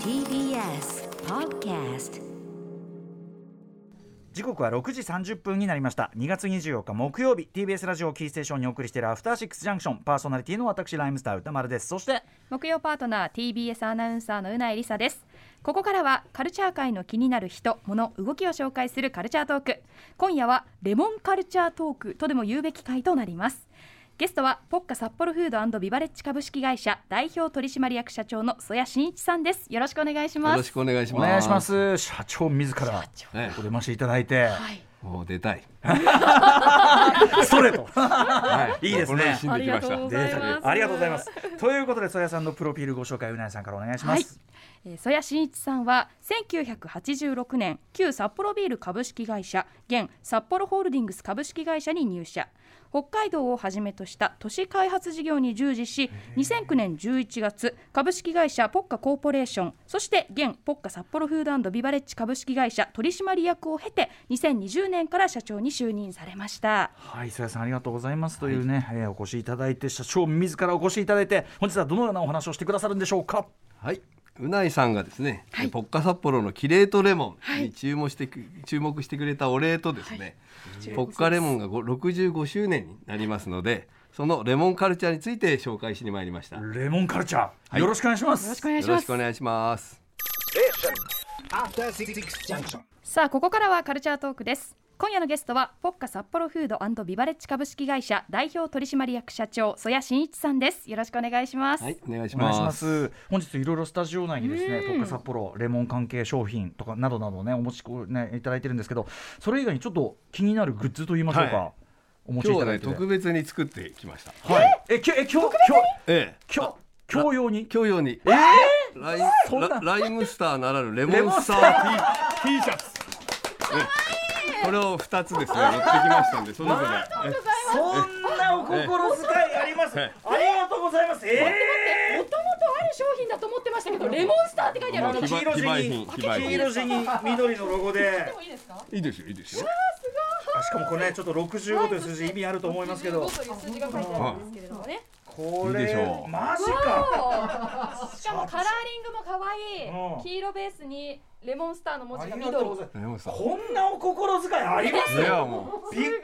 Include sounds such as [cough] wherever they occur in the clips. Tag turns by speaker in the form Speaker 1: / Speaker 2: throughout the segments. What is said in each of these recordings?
Speaker 1: TBS Podcast
Speaker 2: 時刻は6時30分になりました2月24日木曜日 TBS ラジオキーステーションにお送りしているアフターシックスジャンクションパーソナリティの私ライムスター歌丸ですそして
Speaker 3: 木曜パートナー TBS アナウンサーのうなえりさですここからはカルチャー界の気になる人物動きを紹介するカルチャートーク今夜はレモンカルチャートークとでも言うべき回となりますゲストはポッカ札幌フードビバレッジ株式会社代表取締役社長の曽谷真一さんですよろしくお願いし
Speaker 4: よ
Speaker 3: ま
Speaker 4: ろ
Speaker 3: す
Speaker 4: しくお願いし
Speaker 2: お
Speaker 4: ます。
Speaker 2: 願いしま。す社長自ら
Speaker 4: ね
Speaker 2: お出ましいただいて、
Speaker 4: もう
Speaker 2: [laughs]
Speaker 4: 出たい。
Speaker 2: ストレー [laughs] ト
Speaker 4: はい
Speaker 2: いですね
Speaker 4: これに死んで
Speaker 3: あり
Speaker 4: きまし
Speaker 3: がとうご
Speaker 4: た。
Speaker 3: ざいます
Speaker 2: ありがとうございますということで曽谷さんのプロフィールご紹介うなえさんからお願いします、
Speaker 3: えー曽谷真一さんは1986年旧札幌ビール株式会社現札幌ホールディングス株式会社に入社北海道をはじめとした都市開発事業に従事し2009年11月株式会社ポッカコーポレーションそして現ポッカ札幌フードビバレッジ株式会社取締役を経て2020年から社長に就任されました
Speaker 2: はい曽谷さんありがとうございますというね、えーお越しいただいて社長自らお越しいただいて本日はどのようなお話をしてくださるんでしょうか
Speaker 4: はい。うないさんがですね、ポッカ札幌のキレートレモンに注目してく、注目してくれたお礼とですね、ポッカレモンがご65周年になりますので、そのレモンカルチャーについて紹介しに参りました。よ
Speaker 2: レモンカルチャー、
Speaker 4: い
Speaker 2: よろしくお願いします
Speaker 3: お願
Speaker 4: ろしくお願いします。
Speaker 5: After Six Junction.
Speaker 3: さあここからはカルチャートークです今夜のゲストはポッカ札幌フードビバレッジ株式会社代表取締役社長曽谷真一さんですよろしくお願いします、
Speaker 4: はい、お願いし
Speaker 2: お願いし
Speaker 4: ま。
Speaker 2: ますす本日いろいろスタジオ内にですねポッカ札幌レモン関係商品とかなどなどねお持ちこ、ね、いただいてるんですけどそれ以外にちょっと気になるグッズと言いましょうか、
Speaker 4: はい
Speaker 2: お持ち
Speaker 4: 今
Speaker 2: い
Speaker 4: 日
Speaker 2: た
Speaker 4: は
Speaker 2: だ
Speaker 4: ね
Speaker 2: いてて
Speaker 4: 特別に作ってきました。
Speaker 2: はいえきょえ今日
Speaker 4: ええ。
Speaker 2: 今日今日今日用に
Speaker 4: 今日用に、ライ
Speaker 2: そんな
Speaker 4: ラライムスターならぬレ
Speaker 2: レ
Speaker 4: モ
Speaker 2: モン
Speaker 4: ン
Speaker 2: ス
Speaker 4: ス
Speaker 2: タ
Speaker 4: タ
Speaker 2: ー
Speaker 4: ー T, T シャツ。ええこれを二つですね持ってきましたんでそれぞれ。
Speaker 2: そんなお心遣いあります、
Speaker 4: はい
Speaker 2: ありがとうございますえ
Speaker 6: もともとある商品だと思ってましたけど、レモンスターって書いてある。
Speaker 4: もう
Speaker 2: ー、黄色地
Speaker 4: 非売
Speaker 2: に
Speaker 4: 品非売品
Speaker 2: 黄色地に緑のロゴで
Speaker 6: いいですか。
Speaker 4: いいですよいいですよ。
Speaker 2: あしかもこれねちょっと65という数字意味あると思いますけど
Speaker 6: という数字が書いてあるんですけれどもね。
Speaker 2: こ
Speaker 4: いい
Speaker 2: れ
Speaker 4: でしょう
Speaker 2: マジか
Speaker 6: しかもカラーリングも可
Speaker 2: うん
Speaker 6: 愛い。黄色ベースにレモンスターの文
Speaker 2: あ
Speaker 6: 字が
Speaker 2: りがとうご
Speaker 6: 緑
Speaker 2: ざい。
Speaker 4: レモンスター。
Speaker 2: こんなお心遣いあります
Speaker 4: いやもう
Speaker 2: びっくり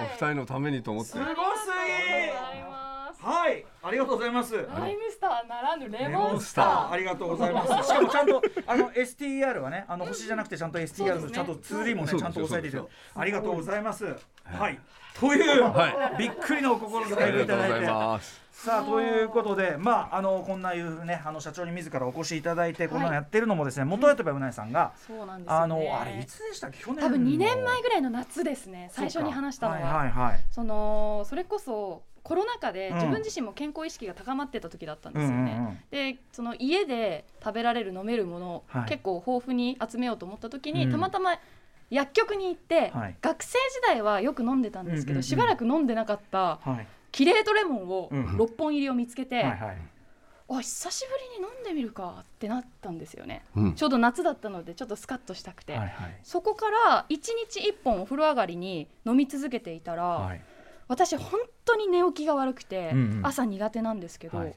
Speaker 4: お二人のためにと思って
Speaker 2: すご。すぎ
Speaker 6: あります。
Speaker 2: はいありがとうございます
Speaker 6: ライムスターならぬレモンスタ
Speaker 4: ー
Speaker 2: ありがとうございますしかもちゃんとあの STR はねあの星じゃなくてちゃんと STR のちゃんと通りもね
Speaker 4: そう
Speaker 2: ち
Speaker 4: です
Speaker 2: ゃんと押さえていて
Speaker 4: そうで
Speaker 2: ありがとうございますはいという
Speaker 4: は
Speaker 2: びっくりのお心
Speaker 4: あ
Speaker 2: 遣い
Speaker 4: り
Speaker 2: をい
Speaker 4: がと
Speaker 2: た
Speaker 4: うご
Speaker 2: だ
Speaker 4: ざい
Speaker 2: いて
Speaker 4: ます。
Speaker 2: さあということで、まあ、あのこんないうねあの社長に自らお越しいただいてこんなのやってるのもですね、元はといえばうなえさんが、
Speaker 6: ー。そうなんです
Speaker 2: あ
Speaker 6: よ
Speaker 2: の
Speaker 6: ね。
Speaker 2: あれいつでしたっけ去年の
Speaker 6: 多分2年前ぐらいの夏ですね。最初に話したの
Speaker 2: は
Speaker 6: は。
Speaker 2: いはいはい
Speaker 6: そのそれこそコロナ禍で
Speaker 2: うん
Speaker 6: 自分自身も健康意識が高まってた時だったんですよ
Speaker 2: うんうんうん
Speaker 6: ね。でその家で食べられる飲めるものを
Speaker 2: はい
Speaker 6: 結構豊富に集めようと思った時に、
Speaker 2: うん
Speaker 6: たまたま薬局に行って、
Speaker 2: はい
Speaker 6: 学生時代はよく飲んでたんです
Speaker 2: うん
Speaker 6: けど、
Speaker 2: うんうん
Speaker 6: しばらく飲んでなかった
Speaker 2: はい
Speaker 6: キレートレモンを
Speaker 2: うん
Speaker 6: 6本入りを見つけて、
Speaker 2: はいはい
Speaker 6: あ久しぶりに飲んでみるかってなったんですよね。
Speaker 4: うん
Speaker 6: ちょうど夏だったのでちょっとスカッとしたくて、
Speaker 2: はいはい
Speaker 6: そこから1日1本お風呂上がりに飲み続けていたら、
Speaker 2: はい
Speaker 6: 私本当に寝起きが悪くて、
Speaker 2: うんうん
Speaker 6: 朝苦手なんですけど、
Speaker 2: はい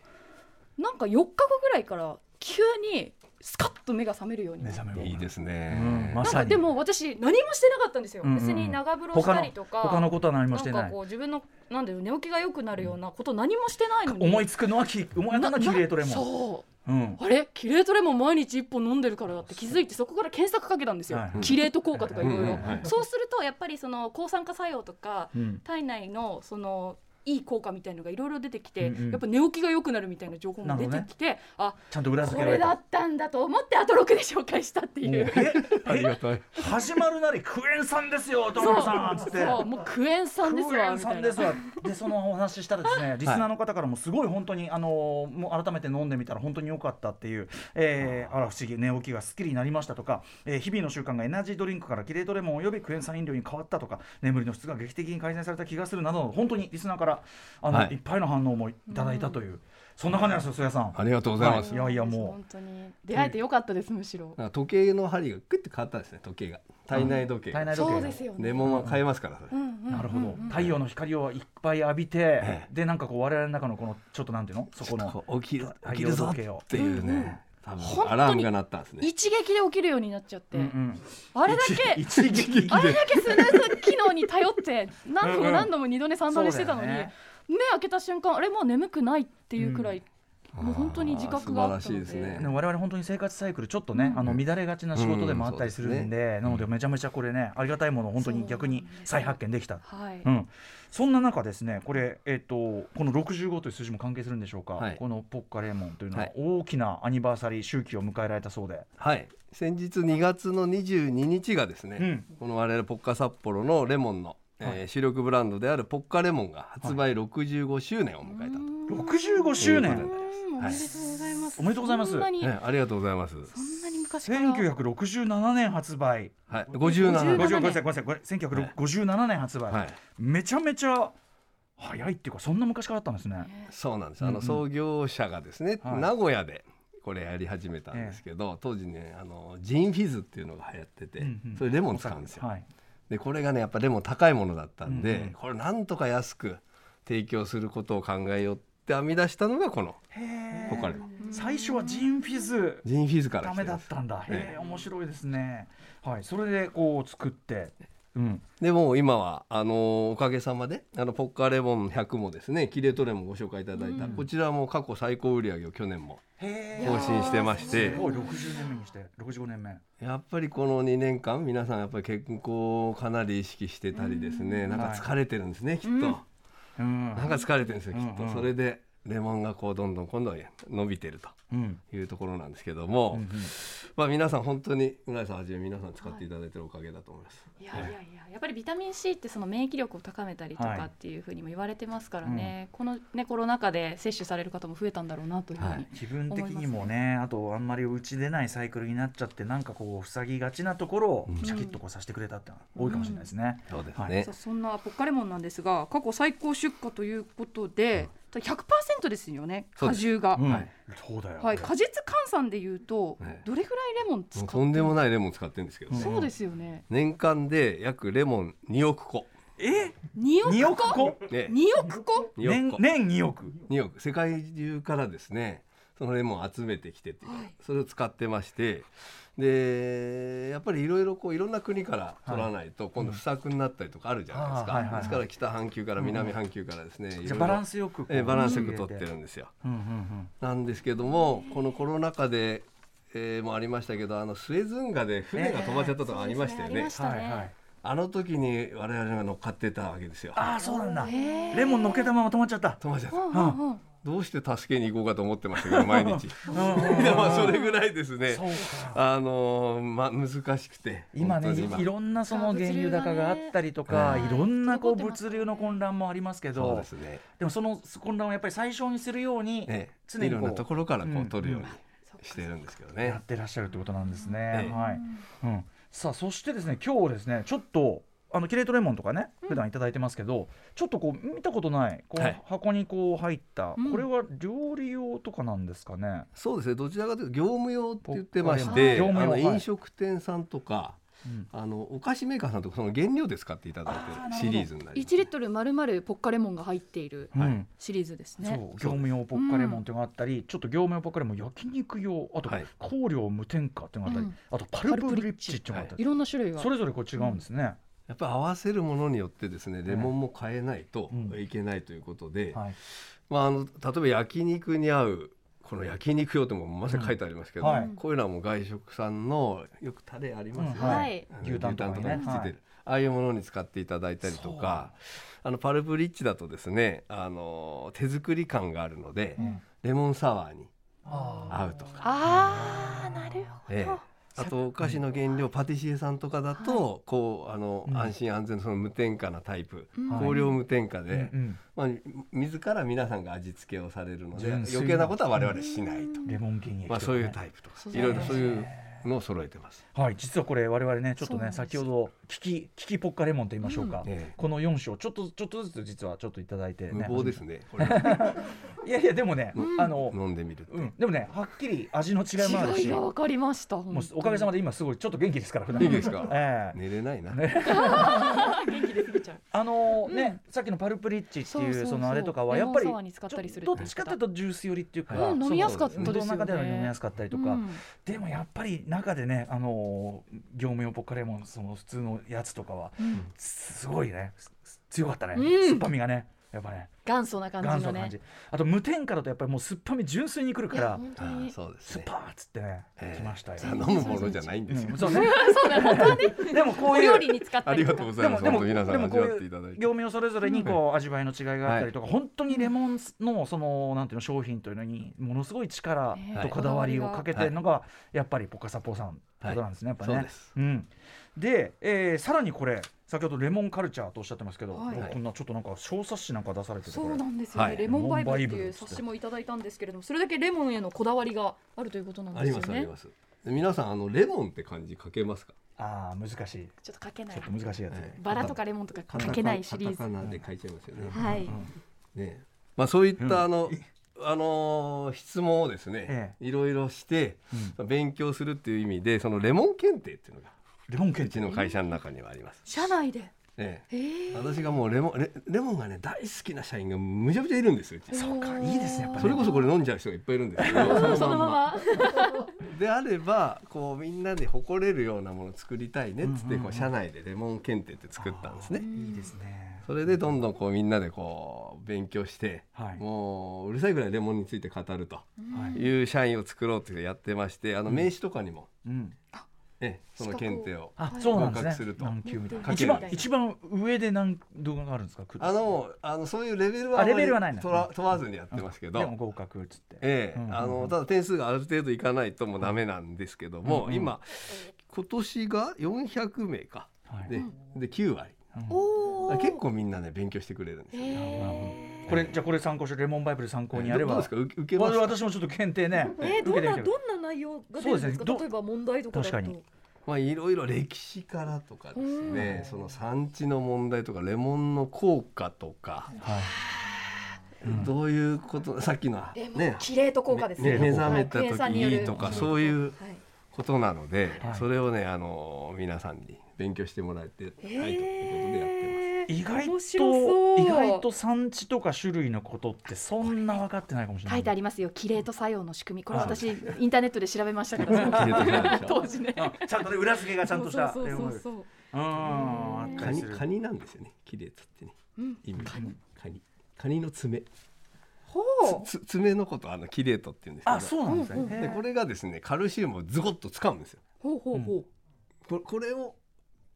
Speaker 6: なんか4日後ぐらいから急にスカッと目が覚めるようになって
Speaker 4: いいです
Speaker 2: うん
Speaker 4: ね。
Speaker 2: ま
Speaker 6: なん
Speaker 2: さ
Speaker 6: か
Speaker 2: に
Speaker 6: でも私何もしてなかったんですよ、
Speaker 2: うんうんうん
Speaker 6: 別に長風呂し
Speaker 2: 他
Speaker 6: た
Speaker 2: の
Speaker 6: りとか
Speaker 2: 他のことは何もしてな
Speaker 6: な
Speaker 2: ん
Speaker 6: か
Speaker 2: い
Speaker 6: こう自分のなんだろう寝起きが良くなるようなこと何もしてないのに
Speaker 2: 思いつくのはき思い当たるのはキレートレ
Speaker 6: な
Speaker 2: モン
Speaker 6: そう
Speaker 2: うん
Speaker 6: あれキレートレモン毎日1本飲んでるからだって気づいてそこから検索かけたんですよ、
Speaker 2: はい
Speaker 6: キレート効果とかいろい
Speaker 4: うんう
Speaker 6: ろ
Speaker 4: んはい
Speaker 6: そうするとやっぱりその抗酸化作用とか
Speaker 2: うん
Speaker 6: 体内のそのいい効果みたいのがいろいろ出てきて、
Speaker 2: うんうん
Speaker 6: やっぱ寝起きが良くなるみたいな情報も出てきて、あ
Speaker 2: ちゃんと裏付
Speaker 6: こ
Speaker 2: けられ
Speaker 6: れだ
Speaker 2: た
Speaker 6: ったんだと思ってアトロクで紹介したって
Speaker 2: もう
Speaker 6: いう。
Speaker 2: え [laughs]
Speaker 4: ありがたい。
Speaker 2: 始まるなりクエン酸ですよドロさんつって
Speaker 6: そうもうクエン酸です
Speaker 2: クエ
Speaker 6: わ
Speaker 2: ン
Speaker 6: みた
Speaker 2: 酸
Speaker 6: い
Speaker 2: で
Speaker 6: な
Speaker 2: すわでそのお話ししたらですねリスナーの方からもすごい本当にあのもう改めて飲んでみたら本当に良かったっていう、えーあら不思議寝起きがすっきりになりましたとか、えー日々の習慣がエナジードリンクからキレートレモンを呼びクエン酸飲料に変わったとか眠りの質が劇的に改善された気がするなど本当にリスナーからあの、
Speaker 4: は
Speaker 2: い、
Speaker 4: い
Speaker 2: っぱいの反応もいただいたという、そんな感じなんですよ曽谷さん。
Speaker 4: ありがとうございます
Speaker 2: い。やいやも
Speaker 6: 本当に出会えてよかったですむしろ
Speaker 4: なんか時計の針がグッて変わったんですね時計が。体内時計、
Speaker 2: 体内時計
Speaker 6: そうですよね。
Speaker 4: レモンは買えますからそれ、
Speaker 2: なるほど太陽の光をいっぱい浴びて、
Speaker 4: え
Speaker 2: でなんかこう我々の中のこのちょっとなんていうのそこの
Speaker 4: こう起きる
Speaker 2: 太陽
Speaker 4: 起きるぞ
Speaker 2: 時
Speaker 4: っ
Speaker 2: 計を
Speaker 4: ていうね、多
Speaker 6: 本当
Speaker 4: 分
Speaker 6: に
Speaker 4: アラームが鳴ったんですね
Speaker 6: 一撃で起きるようになっちゃって、
Speaker 2: うんうん
Speaker 6: あれだけ
Speaker 2: 一一撃で
Speaker 6: あれだけスヌーズ機能に頼って何度も何度も二度寝三度寝してたのに、
Speaker 2: そうだよね
Speaker 6: 目開けた瞬間あれもう眠くないっていうくらい、もう本当に自覚があった
Speaker 4: 素晴
Speaker 6: の
Speaker 4: らしいです
Speaker 6: で
Speaker 4: ね
Speaker 2: でも我々本当に生活サイクルちょっとね、あの乱れがちな仕事でもあったりする
Speaker 4: うんん
Speaker 2: で,、なのでめちゃめちゃこれねありがたいものを本当に逆に再発見できた
Speaker 6: はい、
Speaker 2: うん、そんな中ですねこれ、えっとこの65という数字も関係するんでしょうか、
Speaker 4: はい
Speaker 2: このポッカレモンというの
Speaker 4: は
Speaker 2: はい大きなアニバーサリー周期を迎えられたそうで、
Speaker 4: はい先日2月の22日がですね、
Speaker 2: うん
Speaker 4: この我々ポッカ札幌のレモンの、えー主力ブランドであるポッカレモンが発売65周年を迎えたと、
Speaker 2: 65周
Speaker 4: という
Speaker 2: 年
Speaker 4: こ
Speaker 6: うんおめでとうございます、
Speaker 2: おめでとうございます
Speaker 6: そんなに、
Speaker 4: ねありがとうございます
Speaker 6: そんなに昔から
Speaker 2: 1967年発売
Speaker 4: はい
Speaker 2: 50
Speaker 4: 57
Speaker 2: ご
Speaker 4: 年
Speaker 2: めんなさいごめんなさいこれ1957年発売、
Speaker 4: はい
Speaker 2: めちゃめちゃ早いっていうかそんな昔からあったんですね。
Speaker 4: そうなんです、
Speaker 2: うんうん
Speaker 4: あの創業者がですね、
Speaker 2: はい
Speaker 4: 名古屋でこれやり始めたんですけど、当時ねあのジンフィズっていうのが流行ってて、
Speaker 2: うんうん
Speaker 4: それレモン使うんですよ、
Speaker 2: はい
Speaker 4: でこれがねやっぱレモン高いものだったんで、
Speaker 2: うんうん
Speaker 4: これなんとか安く提供することを考えようって編み出したのがこのポカレモン
Speaker 2: 最初はジンフィズ
Speaker 4: ジンフィズから
Speaker 2: ダ
Speaker 4: 来て
Speaker 2: メだ
Speaker 4: ま
Speaker 2: っ
Speaker 4: す
Speaker 2: たんだ。へ
Speaker 4: え
Speaker 2: え面白いですね。はいそれでこう作って、うん
Speaker 4: でもう今はあのーおかげさまであのポッカレモン100もですねキレートレモンご紹介いただいた、こちらも過去最高売り上げを去年も
Speaker 2: へ
Speaker 4: 更新してまして
Speaker 2: すごい60年目にして65年目。
Speaker 4: やっぱりこの2年間皆さんやっぱり健康をかなり意識してたりですね、なんか疲れてるんですね、きっと、
Speaker 2: うん
Speaker 4: なんか疲れてるんですよきっと、
Speaker 2: うんうん
Speaker 4: それでレモンがこうどんどん今度は伸びてると
Speaker 2: うん
Speaker 4: いうところなんですけども、
Speaker 2: うん
Speaker 4: まあ皆さん本当に村井さんはじめ皆さん使っていただいてるおかげだと思います、
Speaker 6: いやいやいややっぱりビタミン C ってその免疫力を高めたりと
Speaker 2: はい
Speaker 6: かっていうふうにも言われてますからね、このねコロナ禍で摂取される方も増えたんだろうなというふうに、
Speaker 4: はい
Speaker 2: 気分的にもねあとあんまり打ち出ないサイクルになっちゃってなんかこう塞ぎがちなところをシャキッとこうさせてくれたってのは多いかもしれないですね。
Speaker 4: そうです
Speaker 2: はい
Speaker 4: ね
Speaker 3: さあそんなポッカレモンなんですが過去最高出荷ということで100%ですよね
Speaker 4: そう
Speaker 3: 果
Speaker 4: です
Speaker 3: 汁が、
Speaker 2: うん
Speaker 4: はい
Speaker 2: そうだよ、
Speaker 3: はい、果実換算でいうと
Speaker 4: ね
Speaker 3: どれぐらいレモン使
Speaker 4: も
Speaker 3: っ
Speaker 4: う
Speaker 3: て
Speaker 4: とんでもないレモン使ってるんですけどね、
Speaker 6: そうですよね
Speaker 4: 年間で約レモン2億個
Speaker 2: え
Speaker 3: 2億
Speaker 2: 二億個
Speaker 4: ね
Speaker 3: 2億個
Speaker 4: 2億
Speaker 2: 年
Speaker 4: 個
Speaker 2: 年2億
Speaker 4: 2億世界中からですねそのレモンを集めてきてっていうか、それを使ってましてでやっぱりいろいろこういろんな国から取らないと今度不作になったりとかあるじゃないです
Speaker 2: あー
Speaker 4: か、
Speaker 2: はいはいはい
Speaker 4: ですから北半球から南半球からですね、いろい
Speaker 2: じゃ
Speaker 4: ろ
Speaker 2: あバランスよくこう
Speaker 4: えーバランスよく取ってるんですよ。
Speaker 2: うんうんうん
Speaker 4: なんですけどもこのコロナ禍で、えーもありましたけどあのスエズ運河で船が止まっちゃったとかありましたよね,、
Speaker 6: えーそうですねありました
Speaker 2: はいはい
Speaker 4: あの時に我々が乗っかってたわけですよ
Speaker 2: ああそうなんだレモンのっけたまま止まっちゃった
Speaker 4: 止まっちゃった
Speaker 2: うん
Speaker 4: どうして助けに行こうかと思ってましたけど毎日
Speaker 2: うんうん
Speaker 4: でまあそれぐらいですね
Speaker 2: そうか
Speaker 4: あのーまあ難しくて
Speaker 2: 今ね
Speaker 4: 本当に
Speaker 2: いいろんなその原油高があったりとか、
Speaker 6: 物流がね
Speaker 2: いろんなこう
Speaker 6: 滞ってます
Speaker 2: 物流の混乱もありますけ
Speaker 4: そう
Speaker 2: ど
Speaker 4: ですね
Speaker 2: でもその混乱をやっぱり最小にするように
Speaker 4: ね
Speaker 2: 常に
Speaker 4: い
Speaker 2: こ
Speaker 4: ろんなとこ
Speaker 2: う
Speaker 4: ろからこ
Speaker 2: う
Speaker 4: うん取るように
Speaker 2: うん
Speaker 4: してるんですけど
Speaker 2: や
Speaker 4: ね
Speaker 2: っ、てらっしゃるってことなんですね。
Speaker 4: ええ
Speaker 2: はいうん、さあそしてですね今日ですねちょっとあのキレートレモンとかね普段いただいてますけど、ちょっとこう見たことないこう、
Speaker 4: はい
Speaker 2: 箱にこう入った、
Speaker 6: ん
Speaker 2: これは料理用とかなんですかね。
Speaker 4: そうですねどちらかというと業務用って言ってまし
Speaker 2: あ
Speaker 4: て
Speaker 2: 業務
Speaker 4: あ
Speaker 2: 用
Speaker 4: の
Speaker 2: はい
Speaker 4: 飲食店さんと
Speaker 2: う
Speaker 4: か、
Speaker 2: ん
Speaker 4: あのお菓子メーカーさんとかその原料で使っていただいてるシリーズになります
Speaker 6: 1リットルまるまるポッカレモンが入っている
Speaker 2: うん
Speaker 6: シリーズです
Speaker 2: そう
Speaker 6: ね、
Speaker 2: 業務用ポッカレモンっていうのがあったり、ちょっと業務用ポッカレモン焼肉用あと
Speaker 4: はい
Speaker 2: 香料無添加っていうのがあったり、あとパルプリッチっていうのがあった
Speaker 6: い
Speaker 2: り、
Speaker 6: ろんな種類が
Speaker 2: それぞれこう違うんですね。
Speaker 4: やっぱり合わせるものによってですねレモンも変えないと
Speaker 2: うん
Speaker 4: いけないということで、
Speaker 2: はい
Speaker 4: まあ、あの例えば焼肉に合うこの焼肉用ともまさに書いてありますけど、
Speaker 2: うんはい
Speaker 4: こういうのはもう外食産のよくタレありますよ
Speaker 2: うん
Speaker 4: ね、
Speaker 2: はい
Speaker 4: あの
Speaker 2: 牛タンとかね
Speaker 4: 牛について
Speaker 2: はい
Speaker 4: る、ああいうものに使っていただいたりとかあのパルプリッチだとですねあの手作り感があるので、
Speaker 2: ん
Speaker 4: レモンサワーに
Speaker 2: あ
Speaker 4: 合うとか、
Speaker 6: あーなるほど、
Speaker 4: ええあとお菓子の原料パティシエさんとかだと、こうあの、
Speaker 2: うん
Speaker 4: 安心安全のその無添加なタイプ、
Speaker 2: はい
Speaker 4: 香料無添加で。
Speaker 2: ーうん
Speaker 4: まあ、自ら皆さんが味付けをされるので
Speaker 2: 純粋な
Speaker 4: 余計なことは我々しないと、
Speaker 2: うんレモン原液とかね、
Speaker 4: まあ、そういうタイプとか
Speaker 6: そう
Speaker 4: いろいろそういうのを揃えてます。
Speaker 2: はい、実はこれ我々ねちょっと
Speaker 6: そうなん
Speaker 2: ね
Speaker 6: です
Speaker 2: 先ほどキキキキポッカレモンと言いましょうか、
Speaker 4: うんええ
Speaker 2: この4種をちょっとちょっとずつ実はちょっといただいて、ね、
Speaker 4: 無謀ですね。これ
Speaker 2: [laughs] いやいやでもね、あの、
Speaker 4: 飲んでみるって。
Speaker 2: うん、でもねはっきり味の違いもある
Speaker 6: 違い
Speaker 2: し
Speaker 6: が
Speaker 2: も
Speaker 6: 分かりました。も
Speaker 2: うおかげさまで今すごいちょっと元気ですから普段
Speaker 4: 元気ですか
Speaker 2: ええ
Speaker 4: 寝れないな。
Speaker 2: ね
Speaker 6: 元気出すぎちゃう。
Speaker 2: あのね、さっきのパルプリッチって
Speaker 6: そう
Speaker 2: い
Speaker 6: そ
Speaker 2: う
Speaker 6: うそう
Speaker 2: そのあれとかはやっぱり
Speaker 6: レモンサワーに使ったりする
Speaker 2: どっちかというとジュース寄りっていうか、
Speaker 6: うん飲みやすかったですよね
Speaker 2: その中では飲みやすかったりとか、
Speaker 6: うん
Speaker 2: でもやっぱり中でねあのー業務用ポッカレモンその普通のやつとかはすごいねすす強かったね、
Speaker 6: うん
Speaker 2: 酸っぱみがねやっぱね
Speaker 6: 元祖な感
Speaker 2: 元
Speaker 6: じ
Speaker 2: 祖
Speaker 6: の
Speaker 2: な感じ、
Speaker 6: ね。
Speaker 2: あと無添加だとやっぱりもう酸っぱみ純粋にくるか
Speaker 6: いや
Speaker 2: ら
Speaker 6: 本当
Speaker 4: あー
Speaker 6: に。
Speaker 4: そうです
Speaker 2: ス
Speaker 4: ね
Speaker 2: パ。ーッつってね、
Speaker 4: ええ
Speaker 2: きましたよ、
Speaker 4: 飲むものじゃないんですよ
Speaker 2: うん。そうねでもこ
Speaker 6: お
Speaker 2: ういう
Speaker 6: 料理に使った
Speaker 4: あり
Speaker 6: り
Speaker 4: が
Speaker 6: と
Speaker 4: とうご。
Speaker 6: か
Speaker 4: ざ
Speaker 2: で
Speaker 4: いま
Speaker 2: も
Speaker 4: す。
Speaker 2: で
Speaker 4: 本
Speaker 2: も
Speaker 4: 当皆さ
Speaker 2: で
Speaker 4: ん
Speaker 2: も
Speaker 4: 味
Speaker 2: こう
Speaker 4: わって
Speaker 2: い
Speaker 4: いただいうて。
Speaker 2: 業務用それぞれにこう味わいの違いがあったりとか、本当にレモンのそのなんていうの商品というのにものすごい力
Speaker 6: ね
Speaker 2: とこだわりをかけてるのがやっぱりポカサポさんってことなんですね、やっぱね。
Speaker 4: そうです
Speaker 2: ん、で、えーさらにこれ先ほどレモンカルチャーとおっしゃってますけど、
Speaker 6: はい
Speaker 2: こんなちょっとなんか小冊子なんか出されてて
Speaker 6: そ
Speaker 2: これ
Speaker 6: うなんですよ
Speaker 4: は
Speaker 6: ね。
Speaker 4: い
Speaker 6: レモンバイブって
Speaker 2: レモンバイブ
Speaker 6: い
Speaker 2: で
Speaker 6: う
Speaker 2: すって
Speaker 6: 冊子もいただいたんですけれども、それだけレモンへのこだわりがあるということなん
Speaker 4: あ
Speaker 6: で
Speaker 4: り
Speaker 6: すよ
Speaker 4: ますあり
Speaker 6: ね。
Speaker 4: ます。で皆さんあのレモンって漢字書けますか。
Speaker 2: ああ難しい
Speaker 6: ちょっとかけな
Speaker 2: ちょ
Speaker 6: い
Speaker 2: っ。と難しいやつ、
Speaker 4: ええ
Speaker 6: バラとかレモンとか
Speaker 4: カタ
Speaker 6: か
Speaker 4: カ
Speaker 6: けないシリー
Speaker 4: カ
Speaker 6: ズ。
Speaker 4: タカナで書いちゃいますよね。
Speaker 6: はい。
Speaker 4: ね、まあそういっ
Speaker 2: うん
Speaker 4: たあの、あのー質問をですね、いろいろして、勉強するっていう意味でそのレモン検定っていうのが
Speaker 2: レモン
Speaker 4: う
Speaker 2: 検
Speaker 4: ちの会社の中にはあります。
Speaker 6: 社内で。
Speaker 4: ええ
Speaker 6: えー
Speaker 4: 私がもうレモンレレモンがね大好きな社員がむちゃくちゃいるんですよ。うち
Speaker 2: そうかいいですねやっぱり
Speaker 4: それこそこれ飲んじゃう人がいっぱいいるんですけど
Speaker 6: [laughs] そのまま。
Speaker 4: であればこうみんなで誇れるようなものを作りたいねっつってこう社内でレモン検定って作ったんですね。
Speaker 2: いいですね
Speaker 4: それでどんどんこうみんなでこう勉強して、
Speaker 2: はい
Speaker 4: もううるさいぐらいレモンについて語ると
Speaker 2: はい
Speaker 4: いう社員を作ろうってやってましてあの名刺とかにも、
Speaker 2: うん
Speaker 4: ええその検定を
Speaker 2: あそうなんですね
Speaker 4: 合格すると
Speaker 2: 何級みたいな
Speaker 4: かけ
Speaker 2: 一
Speaker 4: る
Speaker 2: 番一番上で何動画があるんですか
Speaker 4: あのあのそういうレベルは
Speaker 2: あ
Speaker 4: あまり
Speaker 2: レベルはないんだ
Speaker 4: とら問わずにやってますけど、
Speaker 2: でも合格っつって、
Speaker 4: ええ
Speaker 2: うんうんうん
Speaker 4: あのただ点数がある程度いかないともうダメなんですけど
Speaker 2: う
Speaker 4: も、
Speaker 2: んうん
Speaker 4: 今今年が400名か、
Speaker 2: はい
Speaker 4: でで9割
Speaker 6: おお。
Speaker 4: 結構みんなね勉強してくれるんですよ。
Speaker 2: これじゃあこれ参考書レモンバイブル参考にやれ
Speaker 4: ど
Speaker 2: ば
Speaker 4: うですか受け受け
Speaker 2: こ
Speaker 4: ま
Speaker 2: れ
Speaker 4: すか
Speaker 2: 私もちょっと検定ね、
Speaker 6: えー、
Speaker 2: 受
Speaker 6: ど
Speaker 2: けて
Speaker 6: ん
Speaker 2: み
Speaker 6: な
Speaker 2: て
Speaker 6: どんな内容が出るんですか
Speaker 2: そうですねど
Speaker 6: 例えば問題とかだと
Speaker 2: 確かに
Speaker 4: まあ、いろいろ歴史からとかですね、その産地の問題とかレモンの効果とか、
Speaker 2: はい
Speaker 4: どういうことさっきの
Speaker 6: レモン
Speaker 4: ね
Speaker 6: キレート効果ですね
Speaker 4: ね目覚めた
Speaker 6: はい計算によ
Speaker 4: 時
Speaker 6: る
Speaker 4: とか
Speaker 6: ん
Speaker 4: そういう
Speaker 6: はい
Speaker 4: ことなので、
Speaker 2: はい
Speaker 4: それをねあの皆さんに勉強してもらえてないということでやって
Speaker 6: えー
Speaker 2: 意外
Speaker 6: 面白そ
Speaker 2: と
Speaker 6: う
Speaker 2: 意外と産地とか種類のことってそんな分かってないかもしれな
Speaker 6: 書
Speaker 2: い
Speaker 6: いてありますよキレート作用の仕組みこれ
Speaker 2: はい
Speaker 6: 私インターネットで調べましたから [laughs]
Speaker 4: ます。キレートカニでしょ
Speaker 6: 当時ね
Speaker 2: あちゃんとね裏付けがちゃんとした
Speaker 6: そう
Speaker 2: レ
Speaker 6: そう
Speaker 2: モン
Speaker 6: そ
Speaker 2: バイ
Speaker 6: う
Speaker 2: ブルう
Speaker 6: そう
Speaker 2: んあった
Speaker 4: カ
Speaker 2: り
Speaker 4: ニ
Speaker 2: する
Speaker 4: カニなんですよね。キレートってね。
Speaker 6: うん
Speaker 4: 意味カニカニの爪
Speaker 6: ほう
Speaker 4: つ爪のことあのキレートって言うんですけど。
Speaker 2: あそうなんですね、
Speaker 4: でこれがですねカルシウムをズゴッと掴むんですよ。
Speaker 6: ほうほうほう
Speaker 4: ここれを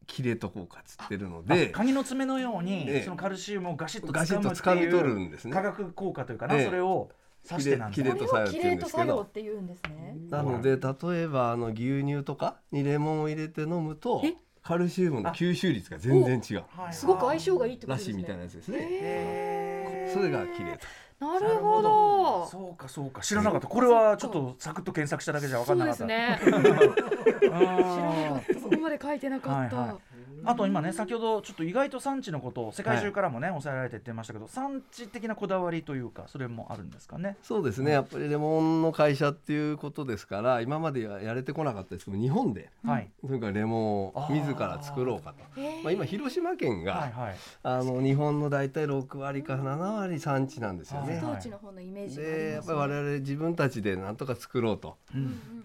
Speaker 4: キレート効果っつってるの
Speaker 2: で
Speaker 4: で
Speaker 2: カニの爪のように、
Speaker 4: ええ
Speaker 2: そのカルシウムをガシッと
Speaker 4: ガシッと
Speaker 2: 掴
Speaker 4: 掴
Speaker 2: むってい
Speaker 4: み
Speaker 2: う
Speaker 4: 取るんですね
Speaker 2: 化学効果というかな、
Speaker 4: ええ
Speaker 2: それを指してなんです
Speaker 4: キレ
Speaker 2: ね
Speaker 4: ート
Speaker 6: こ
Speaker 4: 作
Speaker 6: れ
Speaker 4: 用
Speaker 6: を
Speaker 4: って
Speaker 6: キ
Speaker 4: 言う
Speaker 6: レ
Speaker 4: んですけど
Speaker 6: ート作用って言うんですね
Speaker 4: なので例えばあの牛乳とかにレモンを入れて飲むと
Speaker 6: え
Speaker 4: カルシウムの吸収率が全然違う
Speaker 2: はい
Speaker 6: すごく相性がいいってこ
Speaker 4: ら
Speaker 6: とで
Speaker 4: し
Speaker 6: す
Speaker 4: いみたいな
Speaker 6: ね
Speaker 4: やつですね
Speaker 2: へー
Speaker 4: それがキレート
Speaker 6: なるほどそ
Speaker 2: そうかそうか知らなかったこれはちょっとサクッと検索しただけじゃ分かんな
Speaker 6: う
Speaker 2: か
Speaker 6: で
Speaker 2: っ
Speaker 6: す
Speaker 2: た
Speaker 6: ね [laughs] 知らなかったそこまで書いてなかっ
Speaker 2: はいは
Speaker 6: た
Speaker 2: あと今ね先ほどちょっと意外と産地のことを世界中からもね抑えられてって言いましたけど産地的なこだわりというかそれもあるんですかね
Speaker 4: そうですねやっぱりレモンの会社っていうことですから今までややれてこなかったですけど日本で
Speaker 2: はい
Speaker 4: とにかくレモンを自ら作ろうかと。
Speaker 6: へー
Speaker 4: まあ、今広島県が、
Speaker 2: はいはい
Speaker 4: あの日本の大体6割か7割産地なんですよね。
Speaker 6: 当地の方のイメージがあ
Speaker 4: で
Speaker 6: り
Speaker 4: や
Speaker 6: ま
Speaker 4: っ
Speaker 6: す
Speaker 4: ぱり我々自分たちでなんとか作ろうと。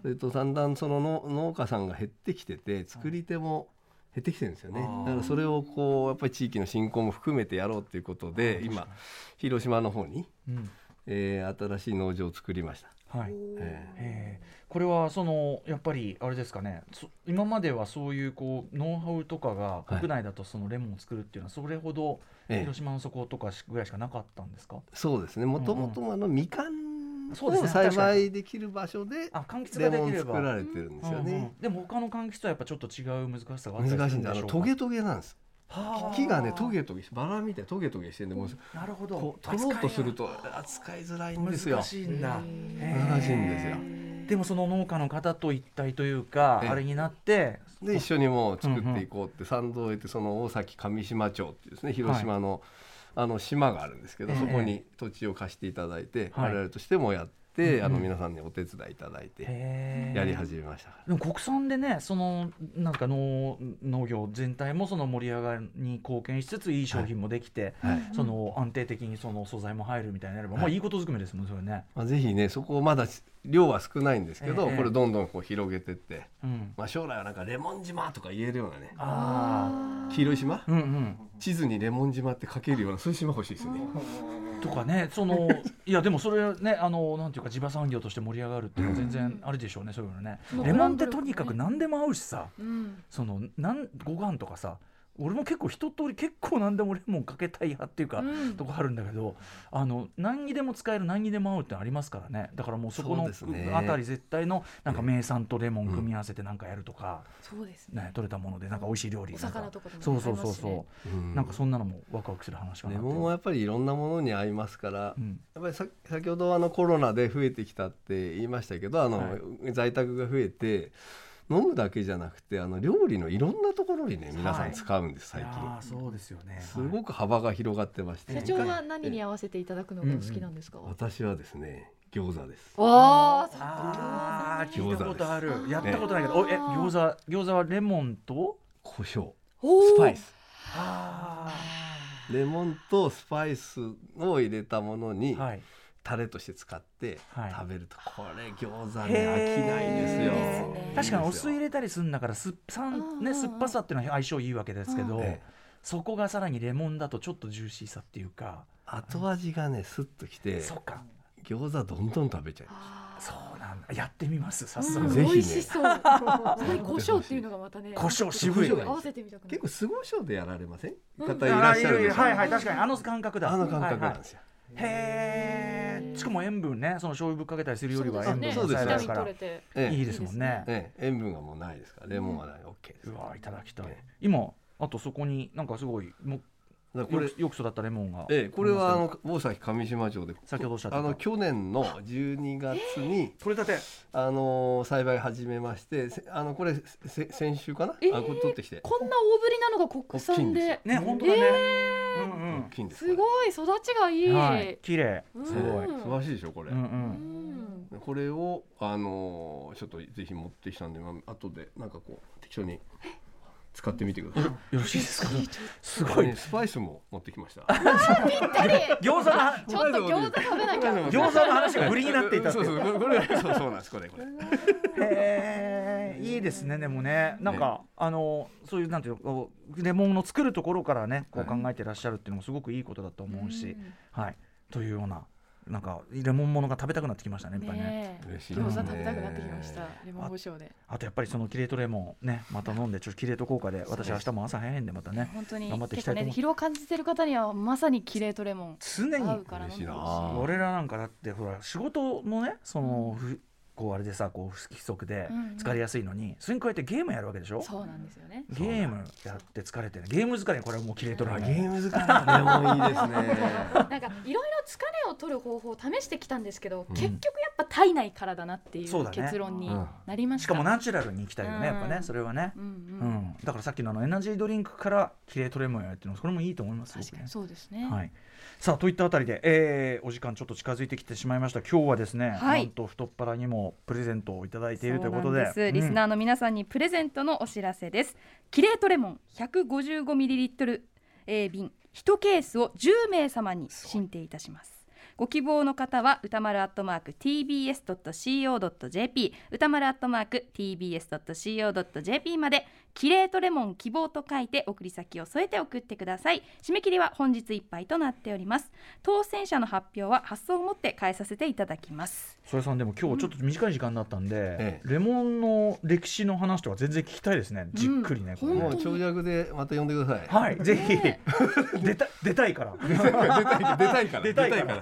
Speaker 4: それとだんだんその農農家さんが減ってきてて作り手も減ってきてるんですよね
Speaker 2: あー
Speaker 4: だからそれをこうやっぱり地域の振興も含めてやろうということで今広島の方に、
Speaker 2: うん
Speaker 4: えー新しい農場を作りました。
Speaker 2: はい
Speaker 4: えー
Speaker 2: えーこれはそのやっぱりあれですかねそ今まではそういうこうノウハウとかが
Speaker 4: い
Speaker 2: 国内だとそのレモンを作るっていうのはそれほど
Speaker 4: ええ
Speaker 2: 広島の底とかしぐらいしかなかったんですか
Speaker 4: そうですねもともとあのみかん
Speaker 2: そうです
Speaker 4: を
Speaker 2: ね
Speaker 4: 栽
Speaker 2: 確かに
Speaker 4: 培できる場所で
Speaker 2: あ柑橘
Speaker 4: レ
Speaker 2: がで
Speaker 4: モ
Speaker 2: き
Speaker 4: ン
Speaker 2: れ
Speaker 4: 作
Speaker 2: ば
Speaker 4: られてるんですよ
Speaker 2: うんう
Speaker 4: ね
Speaker 2: ん。でも他の柑橘とはやっぱちょっと違う難しさがあったり
Speaker 4: 難し
Speaker 2: するん
Speaker 4: いんであ
Speaker 2: でしょ
Speaker 4: の
Speaker 2: うか
Speaker 4: トゲトゲなんです
Speaker 2: はあ
Speaker 4: 木がねトゲトゲしバラみたいにトゲトゲしてんでもう
Speaker 2: なるほど
Speaker 4: こう取ろうとすると扱いづらいんですよ
Speaker 2: 難しいんだ
Speaker 4: 難しいんですよ
Speaker 2: でもその農家の方と一体というか、
Speaker 4: ええ
Speaker 2: あれになって
Speaker 4: で一緒にもう作っていこうって賛同を得てその大崎上島町っていうですね広島の,、あの島があるんですけど、
Speaker 2: ええ
Speaker 4: そこに土地を貸していただいて、
Speaker 2: はい
Speaker 4: 我々としてもやっ
Speaker 2: う
Speaker 4: て、
Speaker 2: ん
Speaker 4: あの皆さんにお手伝いいただいて
Speaker 2: へえ
Speaker 4: やり始めましたから、
Speaker 2: でも国産でねそのなんか農農業全体もその盛り上がりに貢献しつついい商品もできて、
Speaker 4: はい
Speaker 2: その安定的にその素材も入るみたいになれば、
Speaker 4: はい
Speaker 2: まあいいことづくめですもんそれね。
Speaker 4: まあ、ぜひねそこをまだ量は少ないんですけど、
Speaker 2: ええ
Speaker 4: これどんどんこう広げてって、
Speaker 2: うん、
Speaker 4: まあ、将来はなんかレモン島とか言えるようなね
Speaker 2: あ
Speaker 4: 黄色い島
Speaker 2: あ、うんうん。
Speaker 4: 地図にレモン島って書けるようなそういう島欲しいですよね。
Speaker 2: とかねそ
Speaker 6: [laughs]
Speaker 2: のいやでもそれねあのなんていうか地場産業として盛り上がるっていうのは全然あれでしょうねそういうのね
Speaker 6: う。ん
Speaker 2: レモンってとにかく何でも合うしさ
Speaker 6: うん
Speaker 2: そのなんご飯とかさ俺も結構一通り結構何でもレモンかけたい派っていうか。
Speaker 6: うん
Speaker 2: とこあるんだけどあの何にでも使える何にでも合うってのありますからねだからもうそこの
Speaker 4: そうですね
Speaker 2: あたり絶対のなんか名産とレモン組み合わせてなんかやるとか、
Speaker 6: そうですね。
Speaker 2: ね、取れたものでなんか美味しい料理
Speaker 6: お
Speaker 2: なん
Speaker 6: 魚とかでも
Speaker 2: そうそう
Speaker 6: 使え
Speaker 2: そ
Speaker 6: ま
Speaker 2: う
Speaker 6: すしね
Speaker 2: そう、なんかそんなのもワクワクする話かな
Speaker 4: レ
Speaker 2: と
Speaker 4: モンはやっぱりいろんなものに合いますから、
Speaker 2: うん
Speaker 4: やっぱりさ先ほどあのコロナで増えてきたって言いましたけどあの、
Speaker 2: は
Speaker 4: 在宅が増えて飲むだけじゃなくてあの料理のいろんなところにね皆さん使うんです、
Speaker 2: い
Speaker 4: 最
Speaker 2: やー
Speaker 4: 近
Speaker 2: そうですよね
Speaker 4: すごく幅が広がってまして
Speaker 2: え
Speaker 7: 社長は何に合わせていただくのがお好きなんですか、
Speaker 4: 私はですね餃子です
Speaker 7: あー
Speaker 2: あー聞
Speaker 4: 餃子
Speaker 2: いたことある
Speaker 7: です
Speaker 2: やったことないけどおえ餃子餃子はレモンと
Speaker 4: 胡椒
Speaker 6: おー
Speaker 4: スパイス
Speaker 2: あ
Speaker 4: レモンとスパイスを入れたものに、
Speaker 2: はい
Speaker 4: タレとして使って
Speaker 2: はい
Speaker 4: 食べると、これ餃子ね飽きないですよ
Speaker 2: へ
Speaker 7: ー
Speaker 2: ー確かにお酢入
Speaker 4: れ
Speaker 2: れたりするんだから酸っ酸,、
Speaker 7: あ
Speaker 2: ね、
Speaker 7: ー
Speaker 2: 酸っぱさっていうのは相性いいわけですけど、
Speaker 4: ええ
Speaker 2: そこがさらにレモンだとちょっとジューシーさっていうか、
Speaker 4: 後味がねスッときて
Speaker 2: そっか
Speaker 4: 餃子どんどん食べちゃいま
Speaker 2: そうなんだやってみます早
Speaker 4: う
Speaker 2: 速、
Speaker 4: ん
Speaker 7: 美
Speaker 4: ぜひね
Speaker 7: 味しそう。そこに胡椒っていうのがまたね。
Speaker 2: 胡椒渋い
Speaker 4: 胡椒が
Speaker 7: 合わせてみたくな
Speaker 4: す結
Speaker 7: る。
Speaker 4: 構酢胡椒でやられません
Speaker 7: ん
Speaker 4: 方いらっしゃる
Speaker 2: あ
Speaker 4: で
Speaker 2: い
Speaker 4: し
Speaker 2: や
Speaker 4: ょ
Speaker 2: はいはい確かにあの感覚だ
Speaker 4: あの感覚
Speaker 2: はい
Speaker 4: な
Speaker 2: は
Speaker 4: ん
Speaker 2: い
Speaker 4: ですよ
Speaker 2: へえしかも塩分ねその醤油ぶっかけたりするよりは
Speaker 7: そう
Speaker 2: 塩
Speaker 7: で
Speaker 2: 分
Speaker 7: す
Speaker 4: そ
Speaker 7: ね。
Speaker 4: う
Speaker 2: 抑え
Speaker 7: ビ
Speaker 2: ら
Speaker 7: タミン
Speaker 2: れるから
Speaker 7: 取れて。
Speaker 4: え
Speaker 2: いいですもんね
Speaker 4: えええ塩分がもうないですからレモンはない OK です
Speaker 2: うわいただきたい
Speaker 4: ええ
Speaker 2: 今あとそこになんかすごいも
Speaker 4: だからこ
Speaker 2: よ
Speaker 4: れ
Speaker 2: くよく育ったレモンが
Speaker 4: ええこれはあの大崎上島町で
Speaker 2: 先ほどおっしゃってた
Speaker 4: あの去年の12月に
Speaker 2: 取れたて
Speaker 4: あの栽培始めましてせあのこれせせ先週かな
Speaker 6: ええ
Speaker 4: あこれ取ってきて
Speaker 7: こんな大ぶりなのが国産で。
Speaker 2: ね本当だね、うんう
Speaker 4: 大
Speaker 2: ん
Speaker 4: きいんです
Speaker 7: す
Speaker 4: こ
Speaker 7: ごい育ちがいい。
Speaker 2: はい綺麗
Speaker 7: うん
Speaker 2: すごい
Speaker 4: れ素晴らしいでしょこれ
Speaker 2: うんうん
Speaker 7: うん
Speaker 4: これをあのーちょっとぜひ持ってきたんで、まあ後でなんかこう適当に使ってみてください。
Speaker 2: よろしいですか。 [laughs] す
Speaker 4: こ
Speaker 2: ご
Speaker 4: れ
Speaker 2: い
Speaker 4: ね。スパイスも持ってきました。
Speaker 2: 餃子の話
Speaker 7: ちょっと餃子食べなきゃ。
Speaker 2: [laughs]
Speaker 4: 餃
Speaker 2: 餃子の話が振りになっていたって
Speaker 4: そ
Speaker 2: いうう
Speaker 4: そうこれこれそうそうなんですこれこれ。
Speaker 2: へえいいですねでもねなんかあのそういうなんていうのこうレモンの作るところからねこう考
Speaker 4: はい
Speaker 2: えてらっしゃるっていうのもすごくいいことだと思うしはいというようななんかレモンものが食べたくなってきましたねやっぱりね
Speaker 7: ねえ。
Speaker 4: 嬉しい
Speaker 7: 餃子食べたくなってきました。レモン胡椒で。
Speaker 2: あとやっぱりそのキレートレモンねまた飲んでちょっとキレート効果で私明日も朝早いんでまたね
Speaker 7: 本当に
Speaker 2: 頑張っていき
Speaker 7: 結
Speaker 2: た
Speaker 7: 構
Speaker 2: い
Speaker 7: ね
Speaker 2: と思う
Speaker 7: 疲労感じてる方にはまさにキレートレモン
Speaker 2: 常
Speaker 7: 合
Speaker 2: に
Speaker 7: うから飲んで
Speaker 4: 嬉しいな
Speaker 7: ほ
Speaker 4: あ。
Speaker 2: 俺らなんかだってほら仕事もねそのふこうあれでさこう不規則で
Speaker 7: うんうん
Speaker 2: 疲れやすいのにそれに加えてゲームやるわけでしょ
Speaker 7: しい。そうなんですよね。
Speaker 2: ゲームやって疲れてるゲーム疲れこれはもうキレートレモ
Speaker 4: あ
Speaker 2: ン
Speaker 4: ゲーム使いのレモンいいですね。
Speaker 7: なんかいろいろ疲れを取る方法を試してきたんですけど、
Speaker 4: うん
Speaker 7: 結局やっぱ体内からだなってい
Speaker 2: そうだ
Speaker 7: う
Speaker 2: ね
Speaker 7: 結論になりまし。
Speaker 2: したかもナチュラルに行きたいよねやっぱ
Speaker 7: う
Speaker 2: ね
Speaker 7: ん
Speaker 2: それはね
Speaker 7: う、ん
Speaker 2: う
Speaker 7: うん
Speaker 2: んだからさっきのあのエナジードリンクからキレートレモンやるっていうのはそれもいいと思いますよ
Speaker 7: 確かにそうですね。
Speaker 2: はい、さあといったあたりで、えーお時間ちょっと近づいてきてしまいました今日はですね、
Speaker 3: はい
Speaker 2: なんと太っ腹にもプレゼントをいただいていると
Speaker 3: そ
Speaker 2: いうう
Speaker 3: な
Speaker 2: こと
Speaker 3: ん
Speaker 2: で
Speaker 3: ですリスナーの皆さんにプレゼントのお知らせです、キレートレモン 155ml、えー瓶1ケースを10名様に進呈いたしますご希望の方は歌丸アットマーク tbs.co.jp 歌丸アットマーク tbs.co.jp までキレートレモン希望と書いて送り先を添えて送ってください締め切りは本日いっぱいとなっております当選者の発表は発送をもって返させていただきます
Speaker 2: それさんでも今日ちょっと短い時間だったんで、
Speaker 4: ええ
Speaker 2: レモンの歴史の話とか全然聞きたいですねじっくりね、これね
Speaker 4: もう長尺でまた呼んでください。
Speaker 2: はいぜひ、出た出たいから
Speaker 4: [laughs] 出たい出たいから
Speaker 2: 出たいから
Speaker 4: 出たいか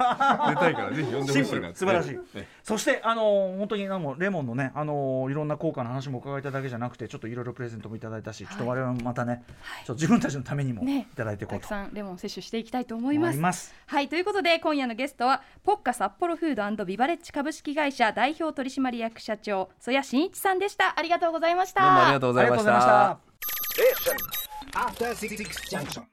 Speaker 4: らぜひ呼んでほ
Speaker 2: シン
Speaker 4: し
Speaker 2: プ
Speaker 4: いな
Speaker 2: ル素晴らしい
Speaker 4: ねね
Speaker 2: そしてあのー本当になんもレモンのねあのーいろんな効果の話も伺えただけじゃなくてちょっといろいろプレゼントもいただいたし、きっと我々もまたね、ちょっと自分たちのためにもい
Speaker 3: ね
Speaker 2: ただいていこ
Speaker 3: た
Speaker 2: う
Speaker 3: く
Speaker 2: と
Speaker 3: さんレモン摂取していきたいと思い
Speaker 2: 思
Speaker 3: ま
Speaker 2: い
Speaker 3: す。
Speaker 2: ます。
Speaker 3: はいということで今夜のゲストはポッカ札幌フードビバレッジ株式会社代表取締役社長曽谷真一さんでしたありがとうございました
Speaker 4: どうもありがとうございました。
Speaker 5: Station. After Six Junction.